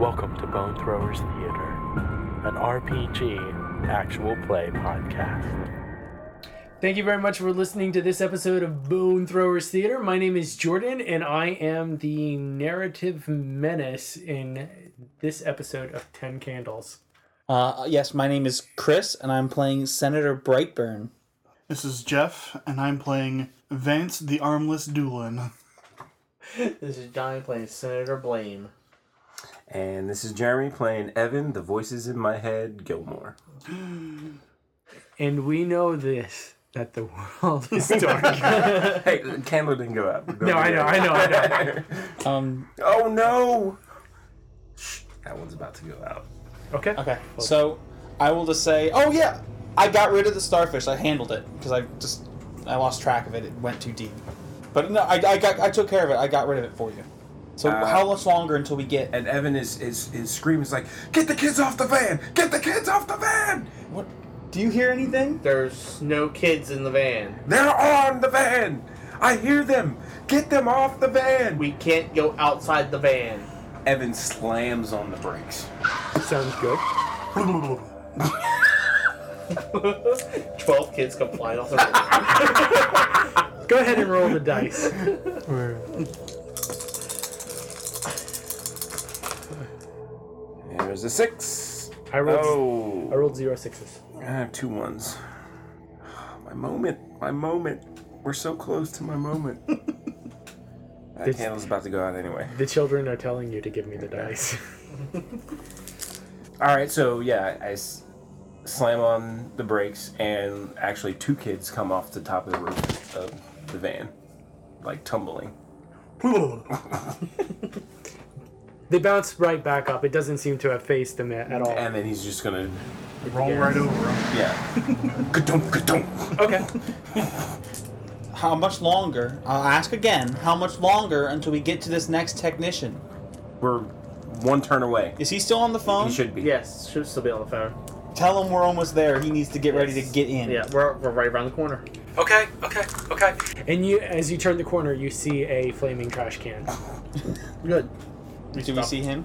Welcome to Bone Throwers Theater, an RPG actual play podcast. Thank you very much for listening to this episode of Bone Throwers Theater. My name is Jordan, and I am the narrative menace in this episode of Ten Candles. Uh, yes, my name is Chris, and I'm playing Senator Brightburn. This is Jeff, and I'm playing Vance the Armless Doolin. This is Don playing Senator Blaine. And this is Jeremy playing Evan, the voices in my head, Gilmore. And we know this that the world is dark. Hey, the candle didn't go out. no, I know, I know, I know. Um, Oh no! That one's about to go out. Okay. okay, so I will just say, oh yeah, I got rid of the starfish. I handled it because I just I lost track of it. It went too deep. But no, I, I got I took care of it. I got rid of it for you. So Uh, how much longer until we get? And Evan is is is screaming is like, "Get the kids off the van! Get the kids off the van! What? Do you hear anything? There's no kids in the van. They're on the van! I hear them! Get them off the van!" We can't go outside the van. Evan slams on the brakes. Sounds good. Twelve kids come flying off the van. Go ahead and roll the dice. There's a six. I rolled, Oh. I rolled zero sixes. I have two ones. My moment. My moment. We're so close to my moment. that Did- candle's about to go out anyway. The children are telling you to give me the dice. All right, so yeah, I s- slam on the brakes, and actually two kids come off the top of the roof of the van, like tumbling. They bounce right back up. It doesn't seem to have phased them at Oh. at all. And then he's just gonna, Roll right over him. yeah, ka-dunk, ka-dunk. Okay. How much longer? I'll ask again. How much longer until we get to this next technician? We're one turn away. Is he still on the phone? He should be. yes, should still be on the phone. Tell him we're almost there. He needs to get ready to Yes. get in. Yeah, we're, we're right around the corner. Okay. Okay. Okay. And you, as you turn the corner, you see a flaming trash can. Good. Do we see him?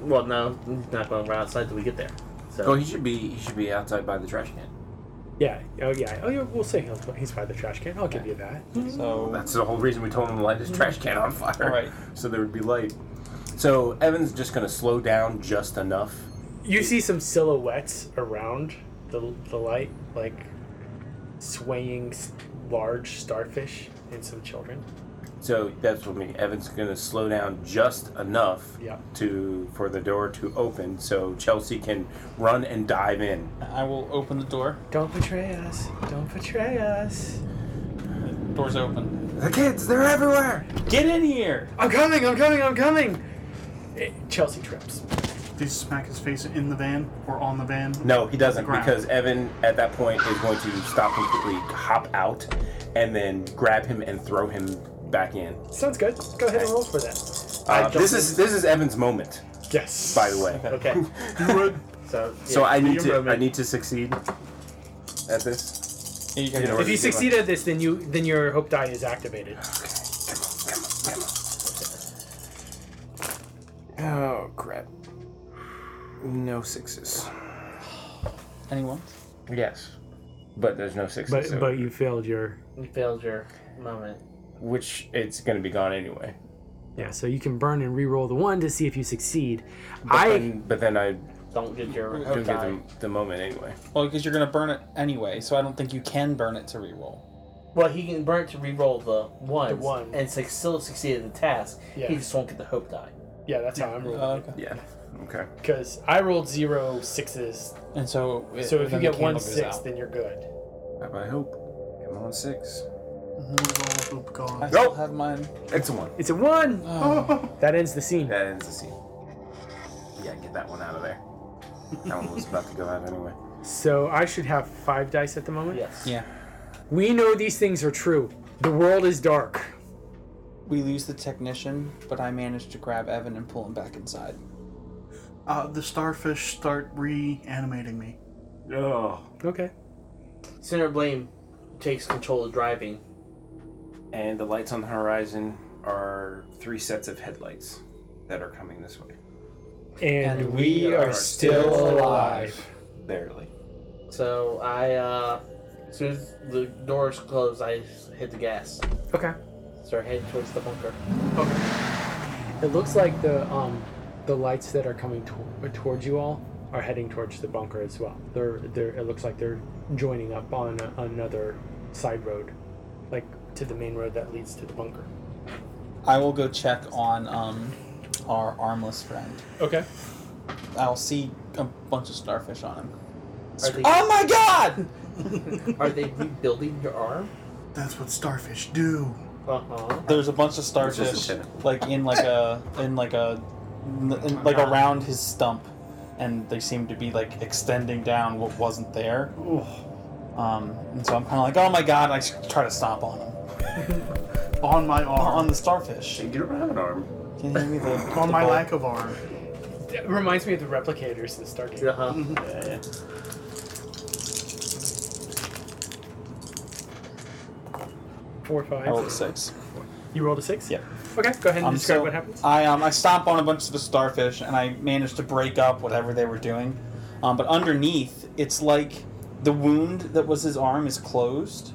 Well, no, he's not going right outside till we get there. So Oh, he should be. He should be outside by the trash can. Yeah. Oh yeah. Oh yeah. We'll say he'll, he's by the trash can. I'll give you that. So That's the whole reason we told him to light his trash can on fire. Right. So there would be light. So Evan's just gonna slow down just enough. You see some silhouettes around the the light, like swaying s- large starfish and some children. So that's what I mean. Evan's gonna slow down just enough Yeah. to for the door to open so Chelsea can run and dive in. I will open the door. Don't betray us. Don't betray us. Door's open. The kids, they're everywhere. Get in here! I'm coming. I'm coming. I'm coming. Eh, Chelsea trips. Did he smack his face in the van or on the van? No, he doesn't Ground. because Evan at that point is going to stop completely, hop out, and then grab him and throw him back in. Sounds good. Go ahead and roll for that. Uh, jumped this is this is Evan's moment, Yes. by the way. okay. Do it. So yeah, So I be need your to I moment. need to succeed at this. Here you go. You know, If you Good luck. succeed at this, then you then your hope die is activated. Oh crap! No sixes. Anyone? Yes, but there's no sixes. But so- but you failed your You failed your moment. which it's gonna be gone anyway. yeah. So you can burn and re-roll the one to see if you succeed. But I then, but then I Don't get your do hope get die. the, the moment anyway. Well, because you're gonna burn it anyway, so I don't think you can burn it to reroll. Well, he can burn it to re-roll the ones The one. and suc- still succeed in the task. Yeah. He just won't get the hope die. yeah, that's how I'm Uh, rolling. okay. Yeah. Okay. Because I rolled zero sixes, And so, it, so if you then the get one candle goes six, out. then you're good. Have I hope? I'm on six. Roll, oop, I gone. still Nope. have mine. It's a one. Uh, Uh, It's a one. That ends the scene. That ends the scene. yeah, get that one out of there. That one was about to go out anyway. So I should have five dice at the moment. Yes. Yeah. We know these things are true. The world is dark. We lose the technician, but I managed to grab Evan and pull him back inside. Uh, the starfish start reanimating me. Oh, Okay. Center of Blame takes control of driving. and the lights on the horizon are three sets of headlights that are coming this way. And, we are still alive. Barely. So I, uh, as soon as the doors close, I hit the gas. okay. Start heading towards the bunker. It looks like the um the lights that are coming to- towards you all are heading towards the bunker as well. They're they're it looks like they're joining up on another side road, like to the main road that leads to the bunker. I will go check on um, our armless friend. Okay. I'll see a bunch of starfish on him. Are they, Oh my god! are they rebuilding your arm? That's what starfish do. Uh huh. There's a bunch of It's just a starfish, tentacle. like in like a in like a in, like around his stump, and they seem to be like extending down what wasn't there. Oh, Um, and so I'm kind of like, oh my god! I s- try to stomp on him on my on, on arm. the starfish. You don't have an arm. Can you hear me? The, On my lack of arm. It reminds me of the replicators in Stargate. Uh huh. Four or five. I rolled a Oh, six. You rolled a six. Yep. Okay. Go ahead and Um, describe so what happens. I um I stomp on a bunch of the starfish and I managed to break up whatever they were doing, um, but underneath it's like the wound that was his arm is closed,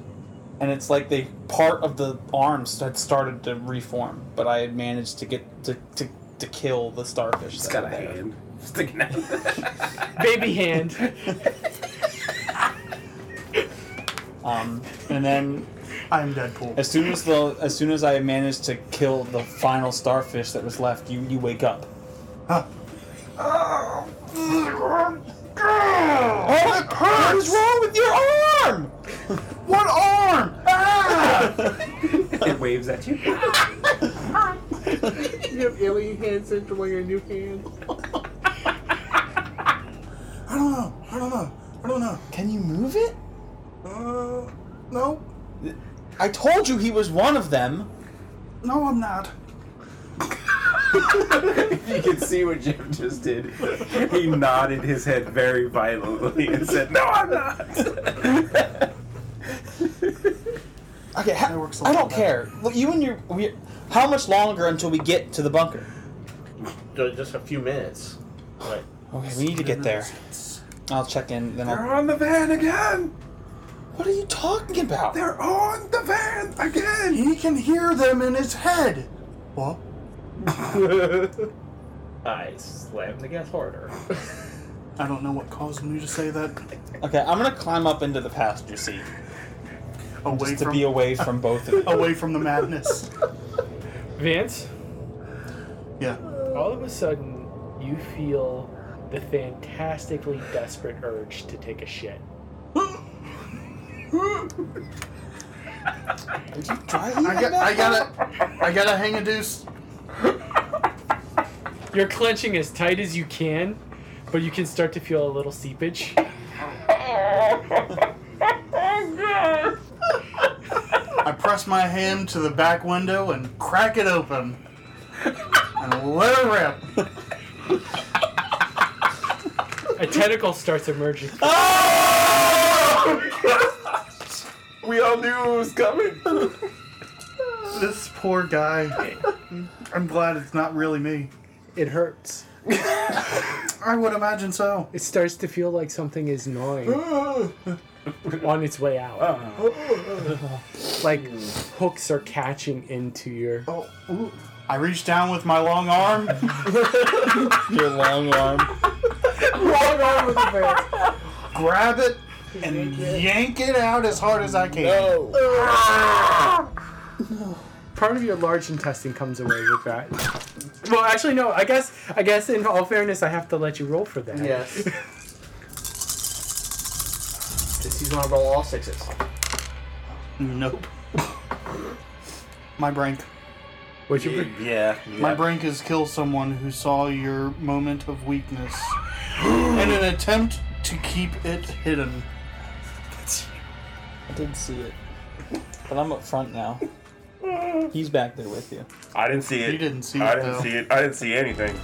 and it's like they part of the arm s- had started to reform, but I had managed to get to to, to kill the starfish. It's that got were a there. hand sticking out. Baby hand. Um, and then I'm Deadpool. as soon as the as soon as I managed to kill the final starfish that was left, you you wake up. Huh. Oh, it hurts! What's wrong with your arm? Ah! One arm! it waves at you. You have alien hand syndrome on your new hand. I don't know. I don't know. I don't know. Can you move it? Uh, no. I told you he was one of them. No, I'm not. you can see what Jim just did. He nodded his head very violently and said, "No, I'm not." Okay, ha- That works a I little don't better. care. Look, you and your. We, how much longer until we get to the bunker? Ju- Just a few minutes. Right. Okay, we need to get there. I'll check in, then They're I'll. on the van again. What are you talking about? They're on the van again. He can hear them in his head. What? I slam the gas harder. I don't know what caused me to say that. Okay, I'm gonna climb up into the passenger seat Away just to from be away from both of you. away from the madness. Vance. Yeah. All of a sudden, you feel the fantastically desperate urge to take a shit. I, I got. I gotta. I gotta hang a deuce. You're clenching as tight as you can, but you can start to feel a little seepage. I press my hand to the back window and crack it open. And let it rip. A tentacle starts emerging. We all knew it was coming. This poor guy. I'm glad it's not really me. It hurts. I would imagine so. It starts to feel like something is gnawing on its way out. like hooks are catching into your. Oh, ooh. I reach down with my long arm. your long arm. grab it and yank it out as hard as I can. Part of your large intestine comes away with that. Well, actually, no. I guess, I guess, in all fairness, I have to let you roll for that. yes. This he's gonna roll all sixes. Nope. my brain. What's your Yeah, yeah. My brink is kill someone who saw your moment of weakness in an attempt to keep it hidden. I did see it. But I'm up front now. He's back there with you. I didn't see it. You didn't see I it, didn't though. see it. I didn't see anything.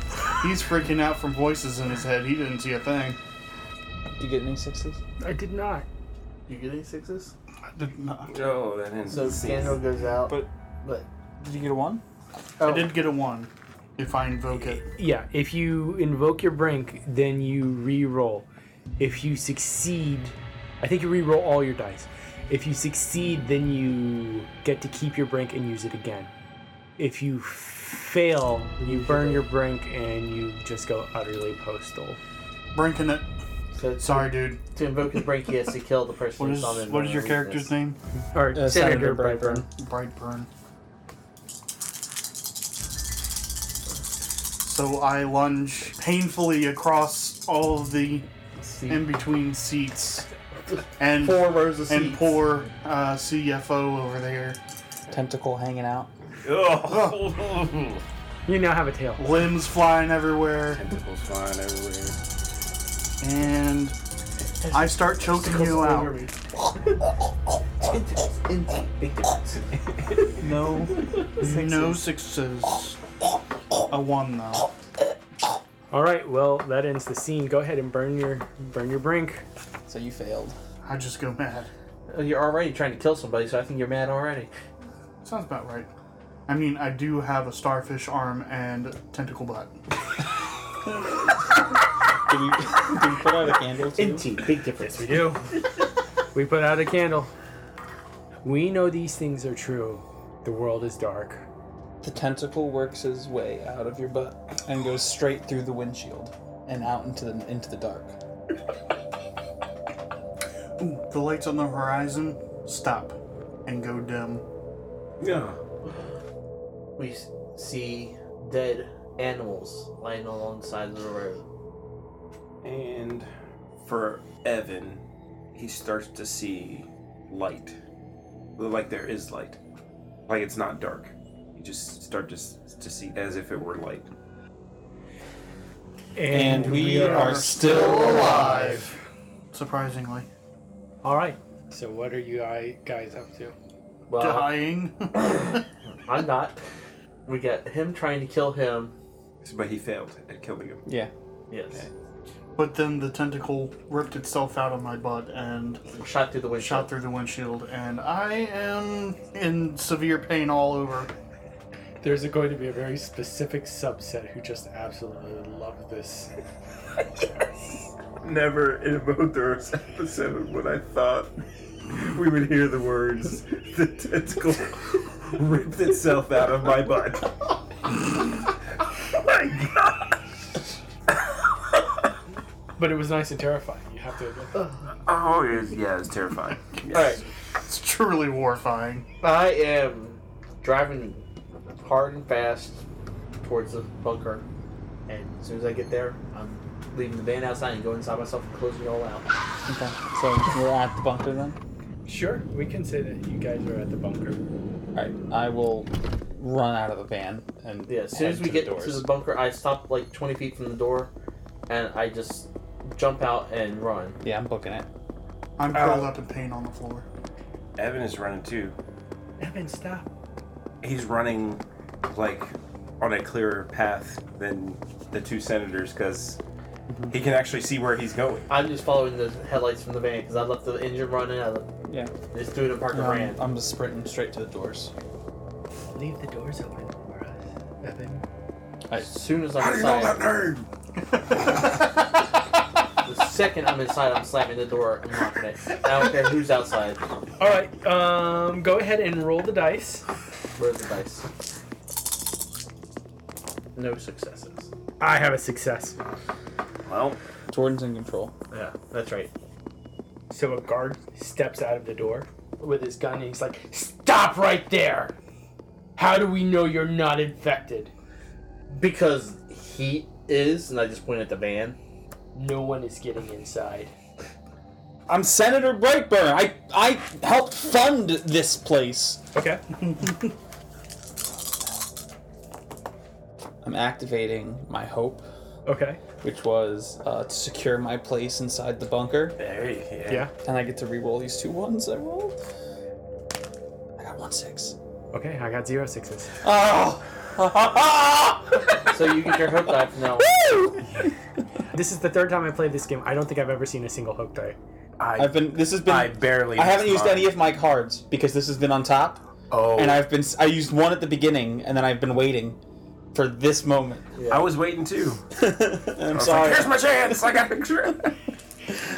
He's freaking out from voices in his head. He didn't see a thing. Do you get any sixes? I did not. You get any sixes? I did not. No, that didn't So see Daniel it. goes out. But- but Did you get a one? oh, I did get a one. If I invoke it, Yeah, if you invoke your brink, then you re-roll. If you succeed, I think you re-roll all your dice. If you succeed, then you get to keep your brink and use it again. If you fail, you burn your brink and you just go utterly postal. brinking it. so to- Sorry, dude. To, invoke his break, he has to kill the person. What who is summoned him what is and your release character's this. name? Or Uh, Senator, Senator Brightburn. Brightburn. So I lunge painfully across all of the See, in between seats and four rows of and seats. poor uh, CFO over there, Tentacle hanging out. Oh. You now have a tail. limbs flying everywhere, Tentacles flying everywhere. and I start choking you out. Tentacles in big difference. No. No sixes. A one though. All right, well that ends the scene. Go ahead and burn your burn your brink. So you failed. I just go mad. Oh, You're already trying to kill somebody, so I think you're mad already. Sounds about right. I mean, I do have a starfish arm and tentacle butt. Did you, did you put out a candle too? big difference. We do. we put out a candle. We know these things are true. The world is dark. The tentacle works his way out of your butt and goes straight through the windshield and out into the into the dark. Ooh, the lights on the horizon stop and go dim. Yeah. We s- see dead animals lying alongside the road. And for Evan, he starts to see light. Like there is light. Like it's not dark. You just start to, s- to see as if it were light. And we are still alive. Surprisingly, All right. So what are you guy- guys up to? Well, dying. I'm not. We got him trying to kill him. But he failed at killing him. Yeah. Yes. But then the tentacle ripped itself out of my butt and Shot through the windshield. shot through the windshield, and I am in severe pain all over. There's going to be a very specific subset who just absolutely love this. Never in a Mother's episode when I thought we would hear the words, the tentacle ripped itself out of my butt. my god! But it was nice and terrifying. You have to admit that. Oh, it was, yeah, it was terrifying. Yes. All right. It's truly horrifying. I am driving hard and fast towards the bunker, and as soon as I get there, I'm leaving the van outside and going inside myself and closing it all out. Okay. So we're at the bunker then. Sure, we can say that you guys are at the bunker. All right. I will run out of the van and Yeah, as soon as head we get the doors. to the bunker, I stop like 20 feet from the door, and I just jump out and run. yeah, I'm booking it. I'm curled up in pain on the floor. Evan is running too. Evan, stop. He's running like on a clearer path than the two senators because he can actually see where he's going. I'm just following the headlights from the van because I left the engine running. I left, Yeah. just doing a park No, and ran. Um, I'm, I'm just sprinting straight to the doors. Leave the doors open for us, Evan. As soon as I'm inside, nerd? the second I'm inside, I'm slamming the door and locking it. I don't care who's outside. All right. Um, go ahead and roll the dice. Where's the dice? No successes. I have a success. Well, Jordan's in control. Yeah, that's right. So a guard steps out of the door with his gun and he's like, Stop right there! How do we know you're not infected? Because he is, and I just pointed at the van. No one is getting inside. I'm Senator Brightburn. I I helped fund this place. Okay. I'm activating my hope, Okay. which was uh, to secure my place inside the bunker, There you yeah. Yeah. and I get to re-roll these two ones I rolled. I got one six. Okay, I got zero sixes. Oh! So you get your hook die from now. on. This is the third time I played this game. I don't think I've ever seen a single hook die. I, I've been. This has been. I I, barely. haven't missed used mine. any of my cards because this has been on top, Oh, and I've been. I used one at the beginning, and then I've been waiting for this moment. I was waiting too. I'm I was sorry. like, Here's my chance. I got picture.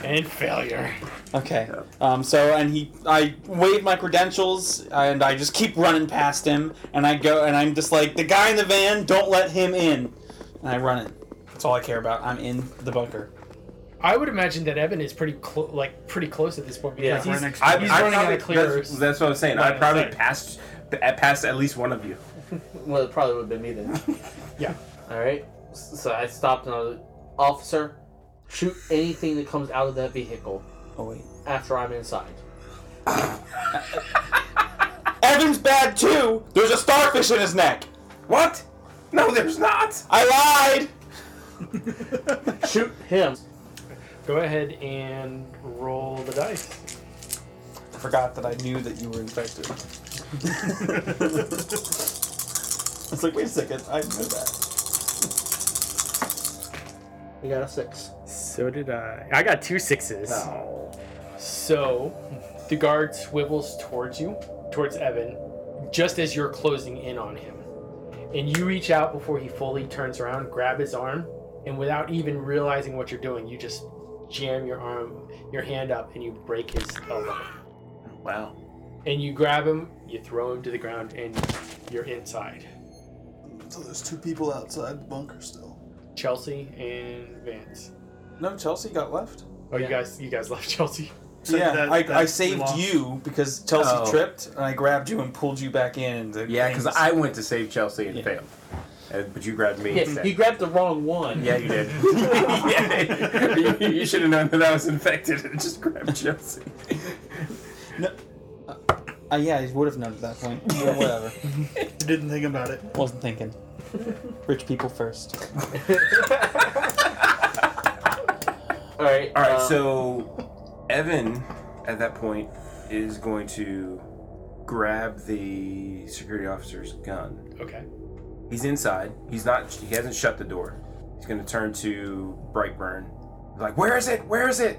And failure. Okay. Um, so and he, I wave my credentials and I just keep running past him and I go and I'm just like the guy in the van. Don't let him in. And I run it. That's all I care about. I'm in the bunker. I would imagine that Evan is pretty clo- like pretty close at this point because Yeah, we're he's, next he's to- running I out probably- of clear. That's, that's what I'm saying. Line I of probably sight. passed passed at least one of you. Well, it probably would have been me then. Yeah. All right. S- So I stopped and I was like, officer, shoot anything that comes out of that vehicle Oh wait. after I'm inside. Evan's bad too. There's a starfish in his neck. What? No, there's not. I lied. Shoot him. Go ahead and roll the dice. I forgot that I knew that you were infected. It's like wait a second. I knew that. We got a six. So did I. I got two sixes. No. So the guard swivels towards you, towards Evan, just as you're closing in on him. And you reach out before he fully turns around, grab his arm, and without even realizing what you're doing, you just jam your arm, your hand up, and you break his elbow. Wow. And you grab him, you throw him to the ground, and you're inside. So there's two people outside the bunker still. Chelsea and Vance. No, Chelsea got left. Oh, Yeah. you guys, you guys left Chelsea. So yeah, that- I, that I we saved lost. you because Chelsea Oh. tripped and I grabbed you and pulled you back in. The Yeah, because things- I went to save Chelsea and Yeah. failed, Uh, but you grabbed me. Yeah, instead. you grabbed the wrong one. Yeah, you did. yeah, you, you should have known that I was infected and just grabbed Chelsea. Uh, yeah, he would have known at that point. But whatever. Didn't think about it. Wasn't thinking. Rich people first. All right. All right, uh, so Evan at that point is going to grab the security officer's gun. Okay. He's inside. He's not. He hasn't shut the door. He's going to turn to Brightburn. Like, where is it? Where is it?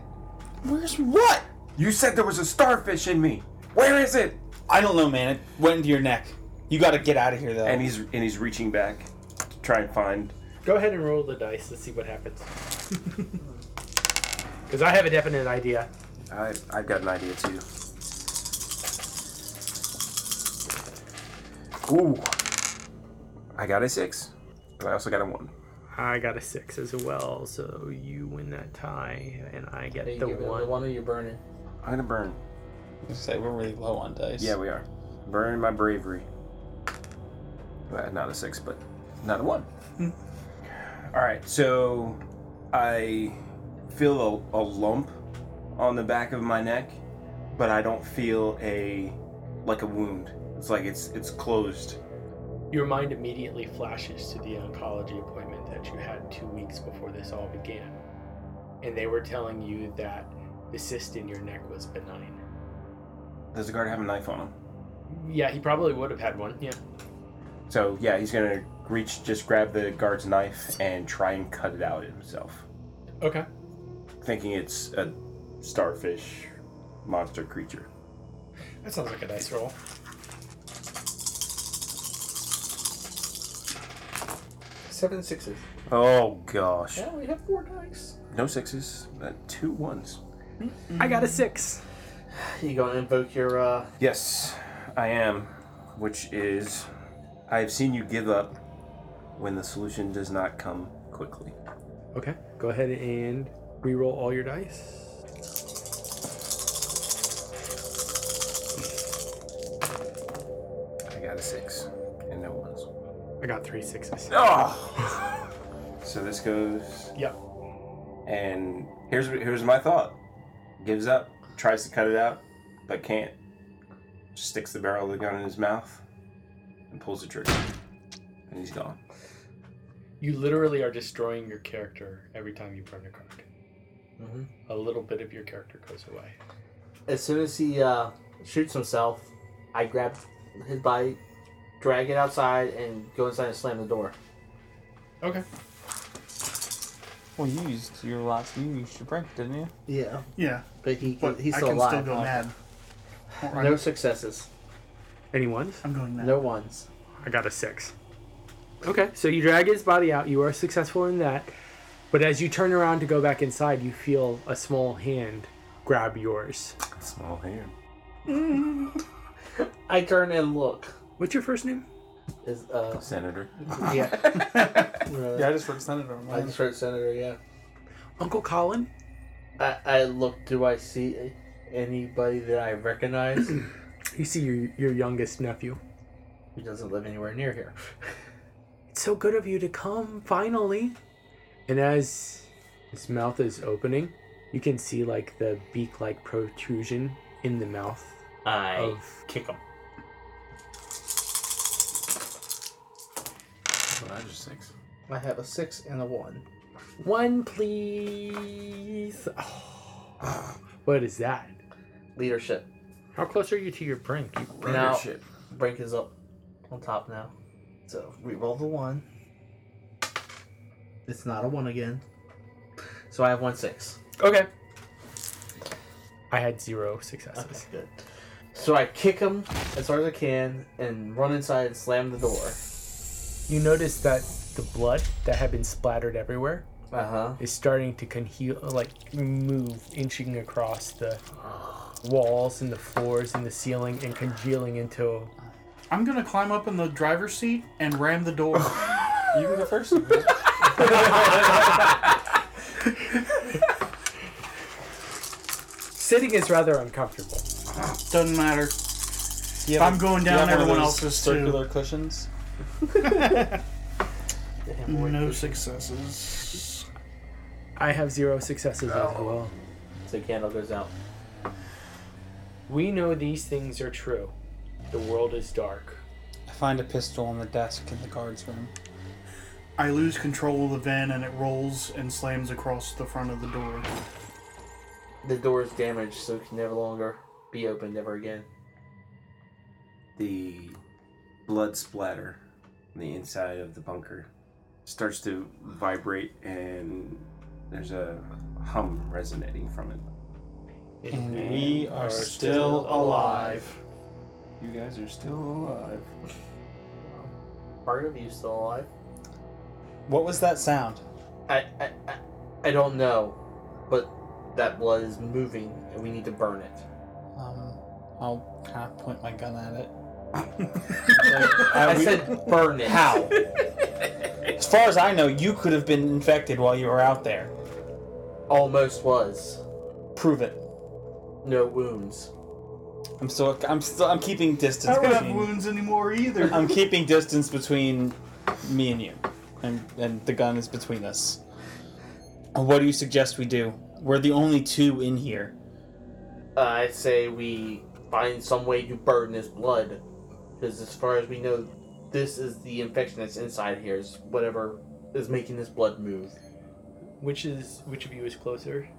Where's what? You said there was a starfish in me. Where is it? I don't know, man. It went into your neck. You got to get out of here, though. And he's and he's reaching back to try and find. Go ahead and roll the dice. Let's see what happens. Because I have a definite idea. I I've got an idea too. Ooh, I got a six, but I also got a one. I got a six as well, so you win that tie, and I get you the give it- one. the one that you're burning. I'm gonna burn. say we're really low on dice. Yeah, we are. Burn my bravery. Well, not a six, but not a one. All right, so I feel a, a lump on the back of my neck, but I don't feel a like a wound. It's like it's it's closed. Your mind immediately flashes to the oncology appointment that you had two weeks before this all began, and they were telling you that the cyst in your neck was benign. Does the guard have a knife on him? Yeah, he probably would have had one. Yeah. So yeah, he's gonna reach, just grab the guard's knife and try and cut it out himself, Okay. thinking it's a starfish monster creature. That sounds like a dice roll. Seven sixes. Oh gosh. Yeah, we have four dice. No sixes, uh, two ones. I got a six. You gonna invoke your uh, Yes, I am. Which is, I have seen you give up when the solution does not come quickly. Okay. Go ahead and re-roll all your dice. I got a six and no ones. I got three sixes. Oh. so this goes, Yep. and here's here's my thought: gives up, tries to cut it out, but can't. Just sticks the barrel of the gun in his mouth and pulls the trigger, and he's gone. You literally are destroying your character every time you burn a card. Mhm. A little bit of your character goes away. As soon as he uh, shoots himself, I grab his body, drag it outside, and go inside and slam the door. Okay. Well, you used your last, you used your break, didn't you? Yeah, Yeah, but he but he's I still can alive. still go mad. Or No I'm, successes. Any ones? I'm going mad. No ones. I got a six. Okay, so you drag his body out. You are successful in that. But as you turn around to go back inside, you feel a small hand grab yours. Small hand. I turn and look. What's your first name? Is uh Senator. yeah. Yeah, I just wrote senator. on I mine. just heard Senator. Yeah. Uncle Colin? I I look. Do I see anybody that I recognize? You see your, your youngest nephew. he doesn't live anywhere near here. It's so good of you to come, finally. And as his mouth is opening, you can see like the beak like protrusion in the mouth I of kick him. Well, I just six. I have a six and a one. one, please. Oh, what is that? Leadership. How close are you to your brink? Now- Leadership. Brink is up on top now. So we roll the one. It's not a one again. So I have one six. Okay. I had zero successes. good. So I kick him as hard as I can and run inside and slam the door. You notice that the blood that had been splattered everywhere Uh huh. is starting to congeal, like move, inching across the walls and the floors and the ceiling and congealing into. I'm gonna climb up in the driver's seat and ram the door. You were the first. one, right? Sitting is rather uncomfortable. Doesn't matter. Do you If have I'm a- going do you have down, one of everyone those else's too. circular cushions. No successes. I have zero successes Oh, as well. So candle goes out. We know these things are true. The world is dark. I find a pistol on the desk in the guards room. I lose control of the van and it rolls and slams across the front of the door. The door is damaged, so it can never longer be opened ever again. The blood splatter on the inside of the bunker starts to vibrate, and there's a hum resonating from it. Mm. And we are still alive. You guys are still alive. Part of you still alive? What was that sound? I, I, I, I don't know, but that blood is moving, and we need to burn it. Um, I'll kind of point my gun at it. I said burn it. How? as far as I know, you could have been infected while you were out there. Almost was. Prove it. No wounds. I'm still. I'm still. I'm keeping distance. I don't have between- wounds anymore either. I'm keeping distance between me and you, and and the gun is between us. And What do you suggest we do? We're the only two in here. Uh, I say we find some way to burn this blood, because as far as we know, this is the infection that's inside here. Is whatever is making this blood move Which is which of you is closer?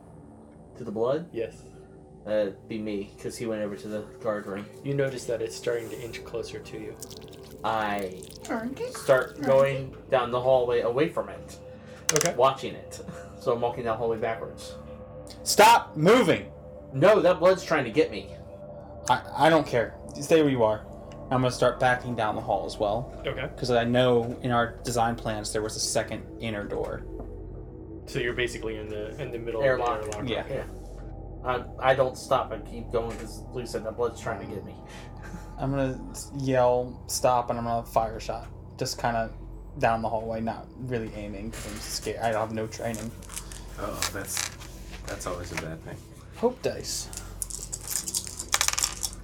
to the blood. Yes. Uh, be me, because he went over to the guard room. You notice that it's starting to inch closer to you. I start going down the hallway away from it, Okay. watching it. So I'm walking down the hallway backwards. Stop moving. No, that blood's trying to get me. I I don't care. Stay where you are. I'm gonna start backing down the hall as well Okay. because I know in our design plans there was a second inner door. So you're basically in the in the middle Airlock. of the airlock. Yeah. I, I don't stop. I keep going because Luke said that blood's trying to get me. I'm gonna yell stop and I'm gonna fire a shot. Just kind of down the hallway, not really aiming because I'm scared. I have no training. Oh, that's that's always a bad thing. Hope dice.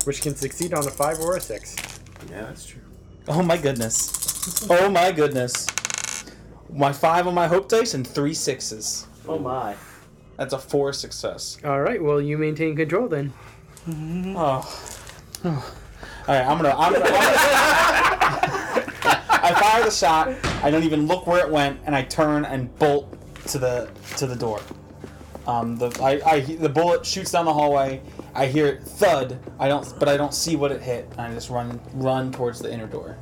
Which can succeed on a five or a six. Yeah, that's true. Oh my goodness. Oh my goodness. My five on my hope dice and three sixes. Oh my. That's a four success. All right. Well, you maintain control then. Oh. All right, I'm gonna. I'm gonna, I'm gonna I fire the shot. I don't even look where it went, and I turn and bolt to the to the door. Um, the I, I the bullet shoots down the hallway. I hear it thud. I don't, but I don't see what it hit. And I just run run towards the inner door,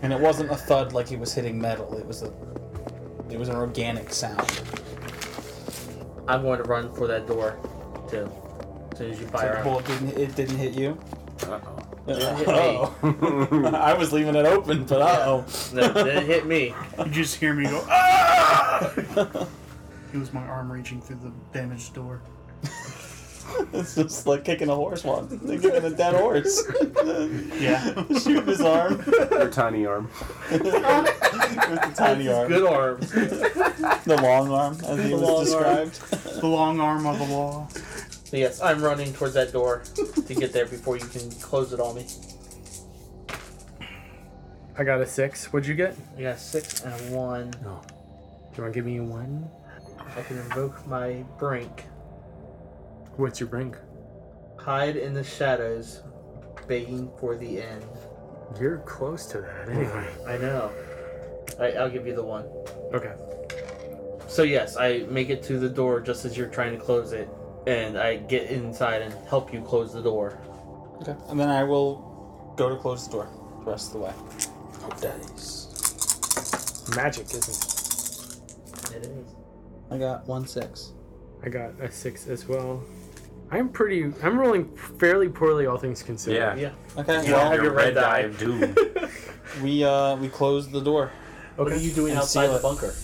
and it wasn't a thud like it was hitting metal. It was a it was an organic sound. I'm going to run for that door, too. As soon as you So fire the up. bullet didn't it didn't hit you. Uh-oh. didn't hit Uh-oh. I was leaving it open, but uh No, it didn't hit me. You just hear me go, ah! it was my arm reaching through the damaged door. It's just like kicking a horse once. Like kicking a dead horse. Yeah. Shoot his arm with Your tiny arm. the tiny arm. Good arms. The long arm, as he was long described. The long arm of the law. So yes, I'm running towards that door to get there before you can close it on me. I got a six. What'd you get? I got a six and a one. Do you want to give me a one? I can invoke my brink. What's your brink? Hide in the shadows, begging for the end. You're close to that anyway. I know. I, I'll give you the one. Okay. So yes, I make it to the door just as you're trying to close it, and I get inside and help you close the door. Okay. And then I will go to close the door the rest of the way. Oh, dice. Magic, isn't it? It is. I got one six. I got a six as well. I'm pretty. I'm rolling fairly poorly, all things considered. Yeah. Yeah. Okay. You don't Well, have your red dye. of doom. we uh we closed the door. What are you doing And outside seal the it. bunker?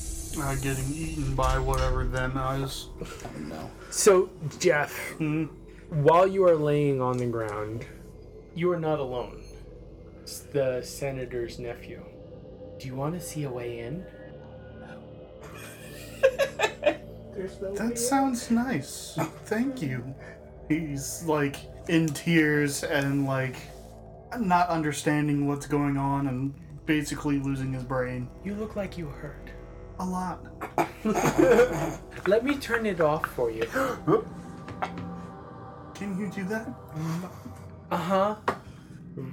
Uh, getting eaten by whatever them is. No. So, Jeff, Hmm. while you are laying on the ground, you are not alone. It's the senator's nephew. Do you want to see a way in? That sounds nice. Thank you. He's like in tears and like not understanding what's going on and basically losing his brain You look like you hurt. a lot. Let me turn it off for you. Can you do that? Uh huh.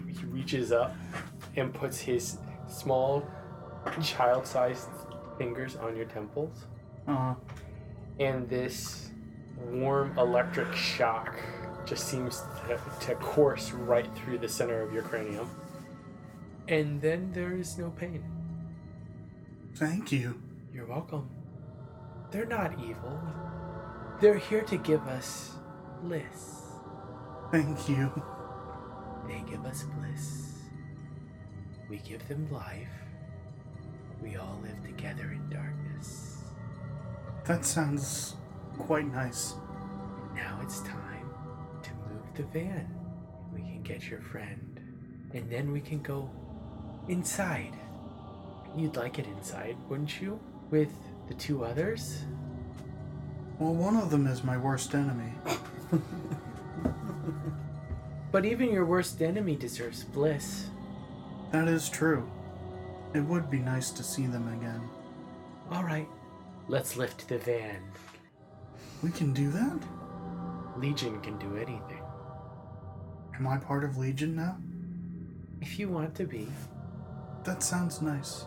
He reaches up and puts his small, child sized fingers on your temples, Uh, and this warm electric shock just seems to, to course right through the center of your cranium. And then there is no pain. thank you. You're welcome. They're not evil, they're here to give us bliss. Thank you. They give us bliss. We give them life. We all live together in darkness. That sounds quite nice. Now it's time to move the van. We can get your friend. And then we can go inside. You'd like it inside, wouldn't you? With the two others? Well, one of them is my worst enemy. But even your worst enemy deserves bliss. That is true. It would be nice to see them again. All right, let's lift the van. We can do that? Legion can do anything. Am I part of Legion now? If you want to be, That sounds nice.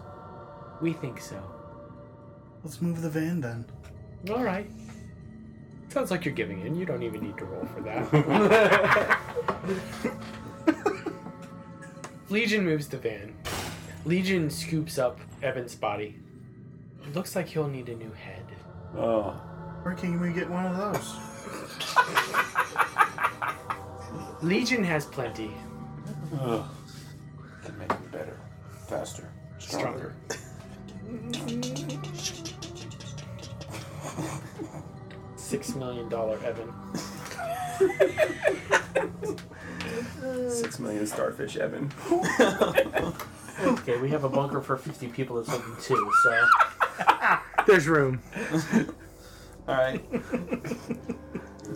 we think so. Let's move the van then. All right. Sounds like you're giving in. You don't even need to roll for that. Legion moves the van. Legion scoops up Evan's body. Looks like he'll need a new head. Oh. Where can we get one of those? Legion has plenty. Ugh. Can make me better, faster, stronger. Six million dollar Evan. Six million starfish, Evan. Okay, we have a bunker for 50 people that's open too, so There's room. All right.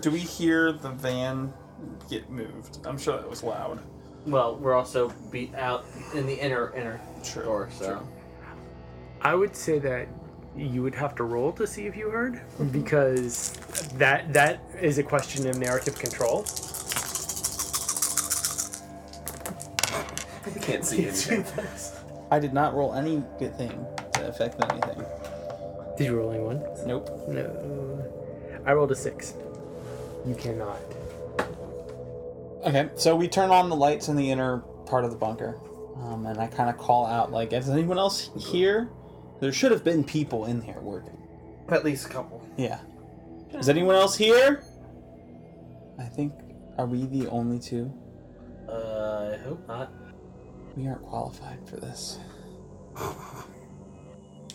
Do we hear the van get moved? I'm sure that was loud. well, we're also beat out in the inner inner True, door, so I would say that you would have to roll to see if you heard because that that is a question of narrative control. I can't see anything. I did not roll any good thing. to affect anything. Did you roll any one? Nope. No. I rolled a six. You cannot. Okay, so we turn on the lights in the inner part of the bunker, um, and I kind of call out like, "Is anyone else here?" There should have been people in here working. At least a couple. Yeah. Is anyone else here? I think. Are we the only two? Uh, I hope not. We aren't qualified for this.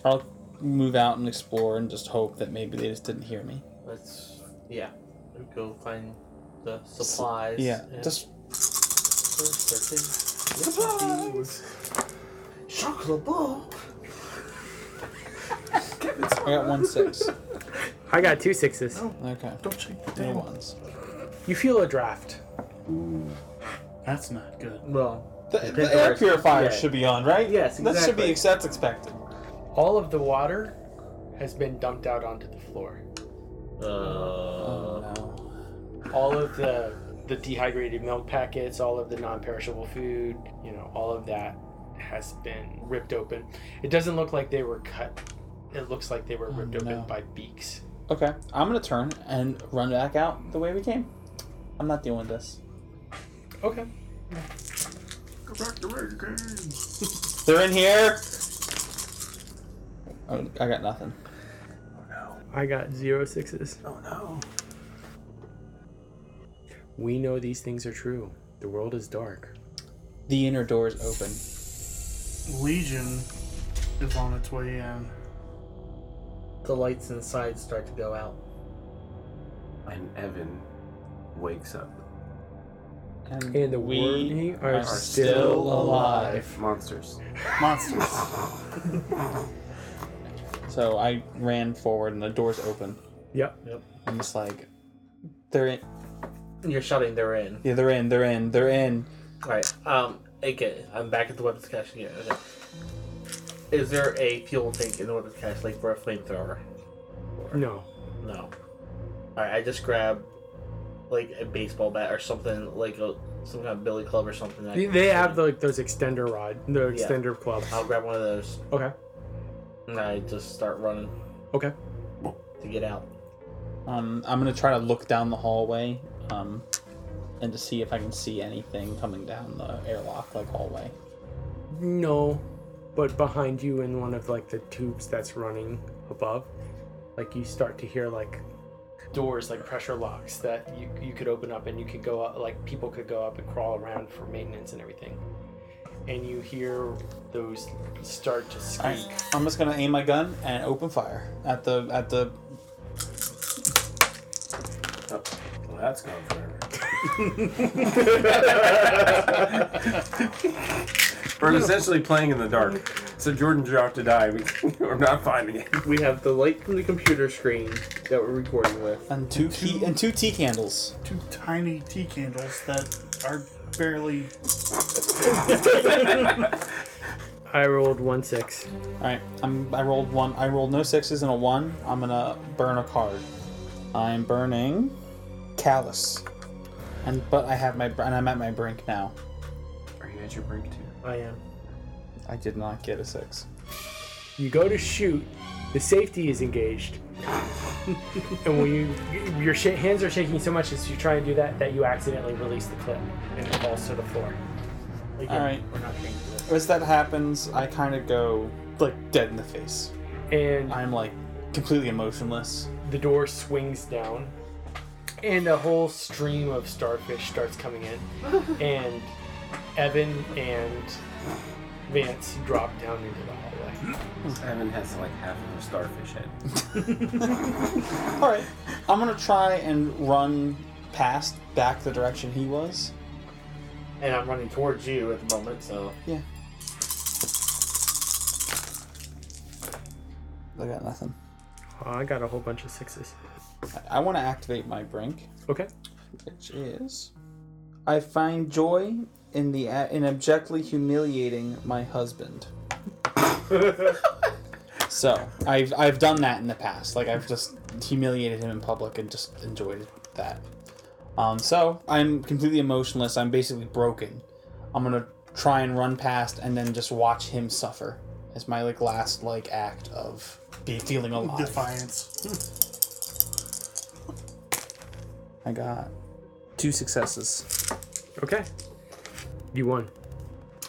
I'll move out and explore and just hope that maybe they just didn't hear me. Let's, yeah, we go find the supplies. Yeah, and just supplies. Chocolate bar. I got one six. I got two sixes. Okay, Don't shake the no table. ones. Oh. You feel a draft. That's not good. Well, The, Take the air ours. purifier Yeah. should be on, right? Yes, That should be exactly. ex- that's expected. All of the water has been dumped out onto the floor. uh, no. All of the the dehydrated milk packets, all of the non-perishable food, you know, all of that has been ripped open. It doesn't look like they were cut. It looks like they were ripped no. open by beaks. Okay, I'm gonna turn and run back out the way we came. I'm not doing this. Okay. They're in here. Oh, I got nothing. I got zero sixes. Oh no. We know these things are true. The world is dark. The inner door is open. Legion is on its way in. the lights inside start to go out. And Evan wakes up. And, And the we worthy are still alive. Monsters. Monsters. So I ran forward and the door's open. Yep. I'm just like, they're in. You're shouting, they're in. Yeah, they're in. They're in. They're in. Alright, um, okay, I'm back at the weapons cache again. Okay. Is there a fuel tank in the weapons cache, like for a flamethrower? No. No. Alright, I just grab like a baseball bat or something, like a, some kind of billy club or something. that I They- can- They have like those extender rod, the Yeah. extender club. I'll grab one of those Okay. and I just start running Okay. to get out. Um, I'm gonna try to look down the hallway, um, and to see if I can see anything coming down the airlock like hallway. No, but behind you in one of like the tubes that's running above, like you start to hear like doors like pressure locks that you you could open up and you could go up like people could go up and crawl around for maintenance and everything. And you hear those start to squeak. Alright, I'm just gonna aim my gun and open fire at the at the. Oh, well, that's gone forever. We're essentially playing in the dark. So Jordan dropped to die. We, we're not finding it. We have the light from the computer screen that we're recording with. and two key and two tea candles. Two tiny tea candles that are barely. I rolled one six. All right, I'm, I rolled one. I rolled no sixes and a one. I'm gonna burn a card. I'm burning callus, and but I have my br- and I'm at my brink now. Are you at your brink too? I am. I did not get a six. You go to shoot. The safety is engaged, and when you your sh- hands are shaking so much as you try and do that that you accidentally release the clip and it falls to the floor. Again, Alright. We're not trained for this. As that happens, I kind of go like dead in the face. And I'm like completely emotionless. the door swings down, and a whole stream of starfish starts coming in, and Evan and Vance drop down into the hallway. Evan has like half of a starfish head. All right, I'm gonna try and run past back the direction he was. And I'm running towards you at the moment, so Yeah. I got nothing. Oh, I got a whole bunch of sixes. I- I want to activate my brink, Okay. which is I find joy in the a- in abjectly humiliating my husband. so I've I've done that in the past. Like I've just humiliated him in public and just enjoyed that. Um, so I'm completely emotionless. I'm basically broken. I'm gonna try and run past and then just watch him suffer as my like last like act of be feeling alive. Defiance. I got two successes. Okay. You won.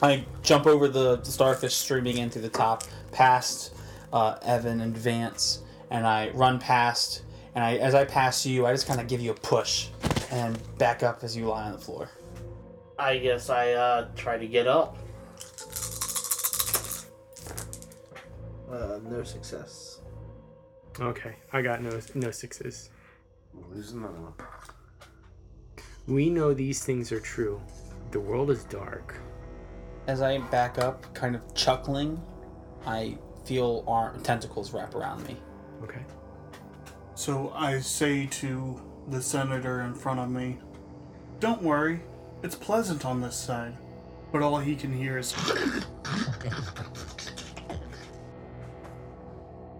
I jump over the, the starfish streaming in through the top, past uh, Evan and Vance, and I run past. And I, as I pass you, I just kind of give you a push, and back up as you lie on the floor. I guess I uh, try to get up. Uh, no success. Okay. I got no no sixes. We're losing another one. We know these things are true. The world is dark. As I back up, kind of chuckling, I feel arm tentacles wrap around me. Okay. So I say to the senator in front of me, Don't worry, it's pleasant on this side. But all he can hear is,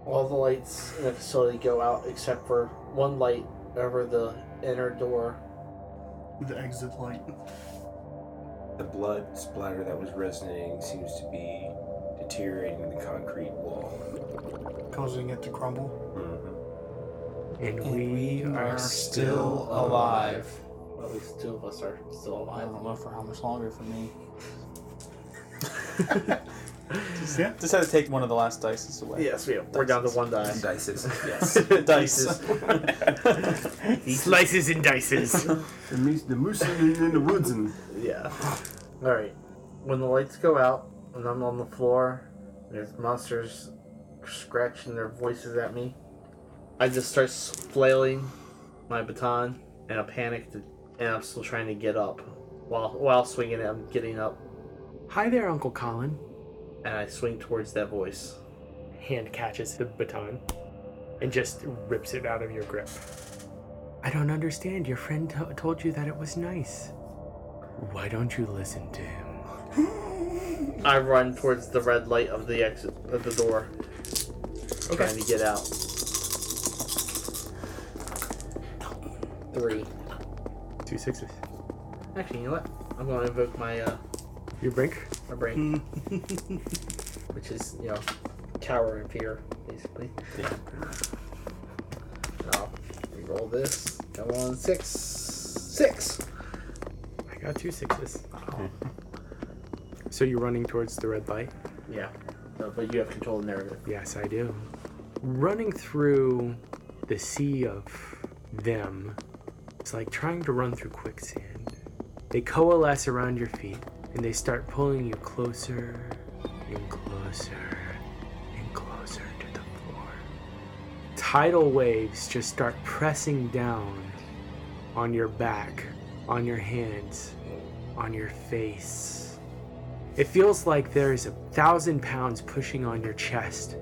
All the lights in the facility go out except for one light over the inner door. the exit light. The blood splatter that was resonating seems to be deteriorating the concrete wall. causing it to crumble. Mm-hmm. And we are still alive. Well, at least two of us are still I alive. don't know for how much longer for me. Yeah. Just had to take one of the last dices away. Yes, we are. We're down to one die. Dices, yes. Yeah. Dices. slices and dices. the moose, the moose in the woods and Yeah. All right. When the lights go out and I'm on the floor, there's monsters scratching their voices at me. I just start flailing my baton and I panic to, and I'm still trying to get up. While while swinging it, I'm getting up Hi there, Uncle Colin. and I swing towards that voice. Hand catches the baton and just rips it out of your grip. I don't understand. Your friend to- told you that it was nice. Why don't you listen to him? I run towards the red light of the exit of the door, trying to get out. Three. Two sixes. Actually, you know what? I'm going to invoke my uh, Your brink? my brain, which is you know, cower in fear, basically. Now, reroll this. Come on, six, six. I got two sixes. So you're running towards the red light? Yeah, Uh, but you have control of the narrative. Yes, I do. Running through the sea of them is like trying to run through quicksand. They coalesce around your feet and they start pulling you closer and closer and closer to the floor. Tidal waves just start pressing down on your back, on your hands, on your face. It feels like there's a thousand pounds pushing on your chest,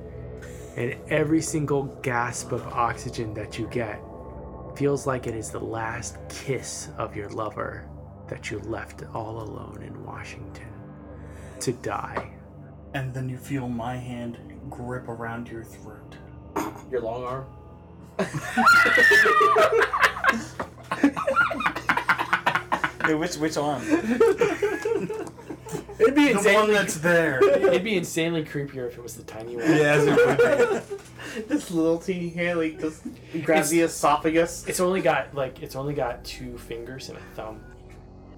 and every single gasp of oxygen that you get feels like it is the last kiss of your lover that you left all alone in Washington to die. And then you feel my hand grip around your throat. Your long arm. Hey, which which arm? It'd be The one that's there. it'd be insanely creepier if it was the tiny one. This little teeny hand, like just grabs the esophagus. It's only got like it's only got two fingers and a thumb.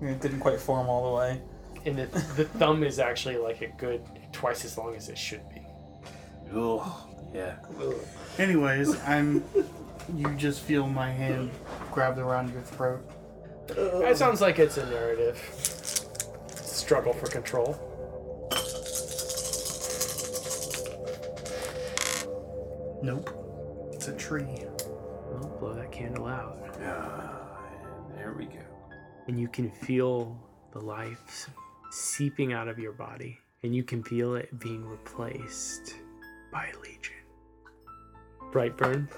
It didn't quite form all the way. And the, the thumb is actually like a good twice as long as it should be. oh yeah. Anyways, I'm. You just feel my hand grabbed around your throat. That sounds like it's a narrative struggle for control. Nope. It's a tree. Well, blow that candle out, Ah, there we go. and you can feel the life seeping out of your body, and you can feel it being replaced by Legion. Brightburn,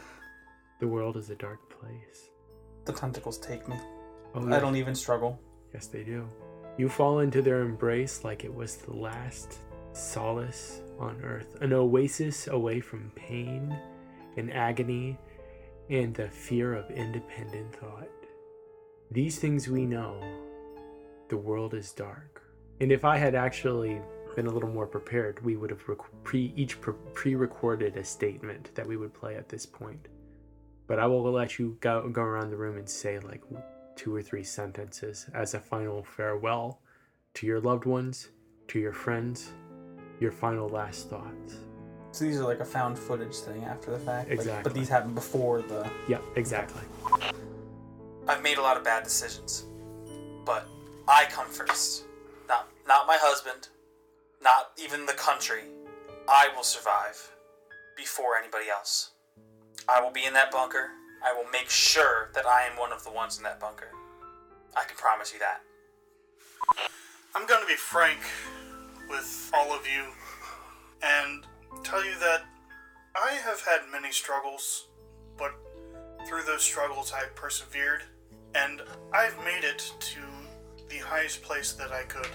the world is a dark place. The tentacles take me. Oh, I yeah. don't even struggle. Yes, they do. You fall into their embrace like it was the last solace on earth, an oasis away from pain and agony and the fear of independent thought. These things we know. The world is dark. And if I had actually been a little more prepared, we would have rec- pre each pre- pre-recorded a statement that we would play at this point. But I will let you go go around the room and say like two or three sentences as a final farewell to your loved ones, to your friends, your final last thoughts. So these are like a found footage thing after the fact. like- Exactly. but these happened before the. Yep, exactly. I've made a lot of bad decisions, but I come first. Not not my husband, not even the country. I will survive before anybody else. I will be in that bunker. I will make sure that I am one of the ones in that bunker. I can promise you that. I'm going to be frank with all of you and tell you that I have had many struggles, but through those struggles I've persevered and I've made it to the highest place that I could.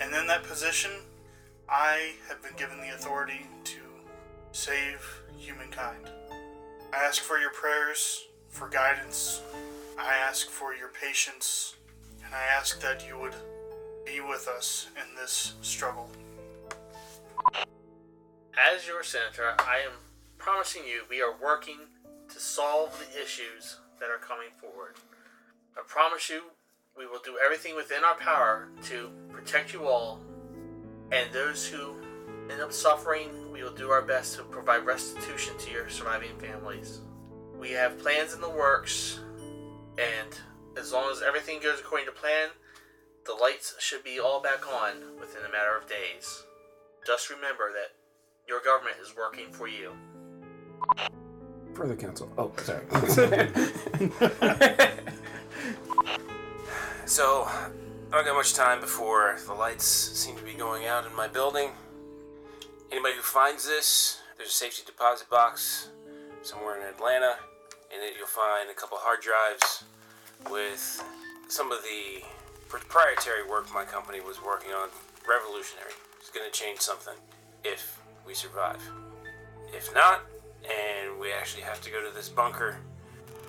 And in that position, I have been given the authority to save humankind. I ask for your prayers, for guidance. I ask for your patience, and I ask that you would be with us in this struggle. As your senator, I am promising you we are working to solve the issues that are coming forward. I promise you we will do everything within our power to protect you all and those who end up suffering, we will do our best to provide restitution to your surviving families. We have plans in the works, and as long as everything goes according to plan, the lights should be all back on within a matter of days. Just remember that your government is working for you. Further counsel. Oh, sorry. so, I don't got much time before the lights seem to be going out in my building. Anybody who finds this, there's a safety deposit box somewhere in Atlanta. In it, you'll find a couple hard drives with some of the proprietary work my company was working on. Revolutionary. It's going to change something if we survive. If not, and we actually have to go to this bunker,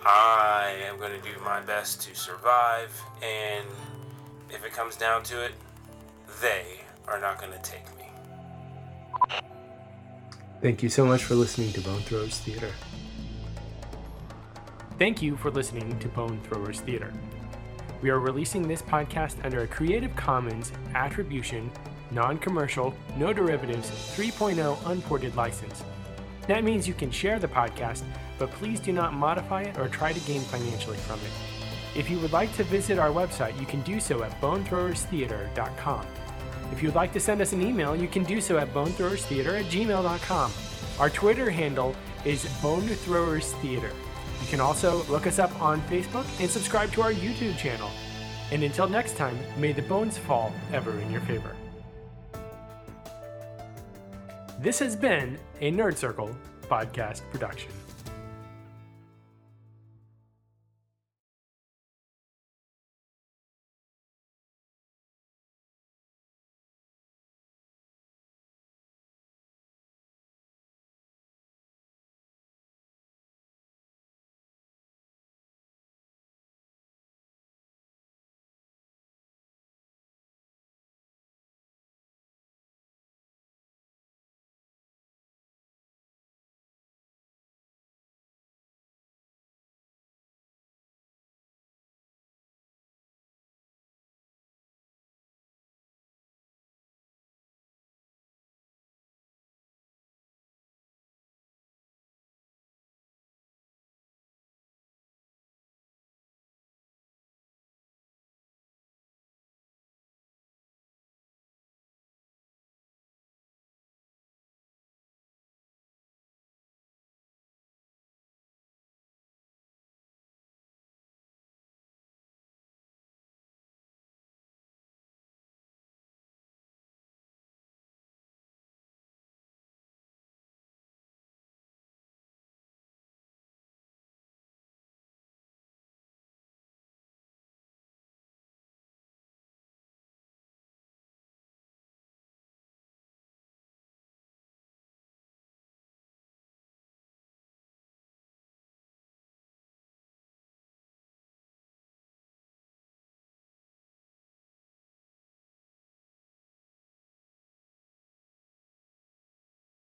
I am going to do my best to survive. And if it comes down to it, they are not going to take me. Thank you so much for listening to Bone Throwers Theater. Thank you for listening to Bone Throwers Theater. We are releasing this podcast under a Creative Commons Attribution, Non Commercial, No Derivatives 3.0 Unported license. That means you can share the podcast, but please do not modify it or try to gain financially from it. If you would like to visit our website, you can do so at bonethrowerstheater.com. If you'd like to send us an email, you can do so at bonethrowerstheater at gmail.com. Our Twitter handle is bonethrowerstheater. You can also look us up on Facebook and subscribe to our YouTube channel. And until next time, may the bones fall ever in your favor. This has been a Nerd Circle podcast production.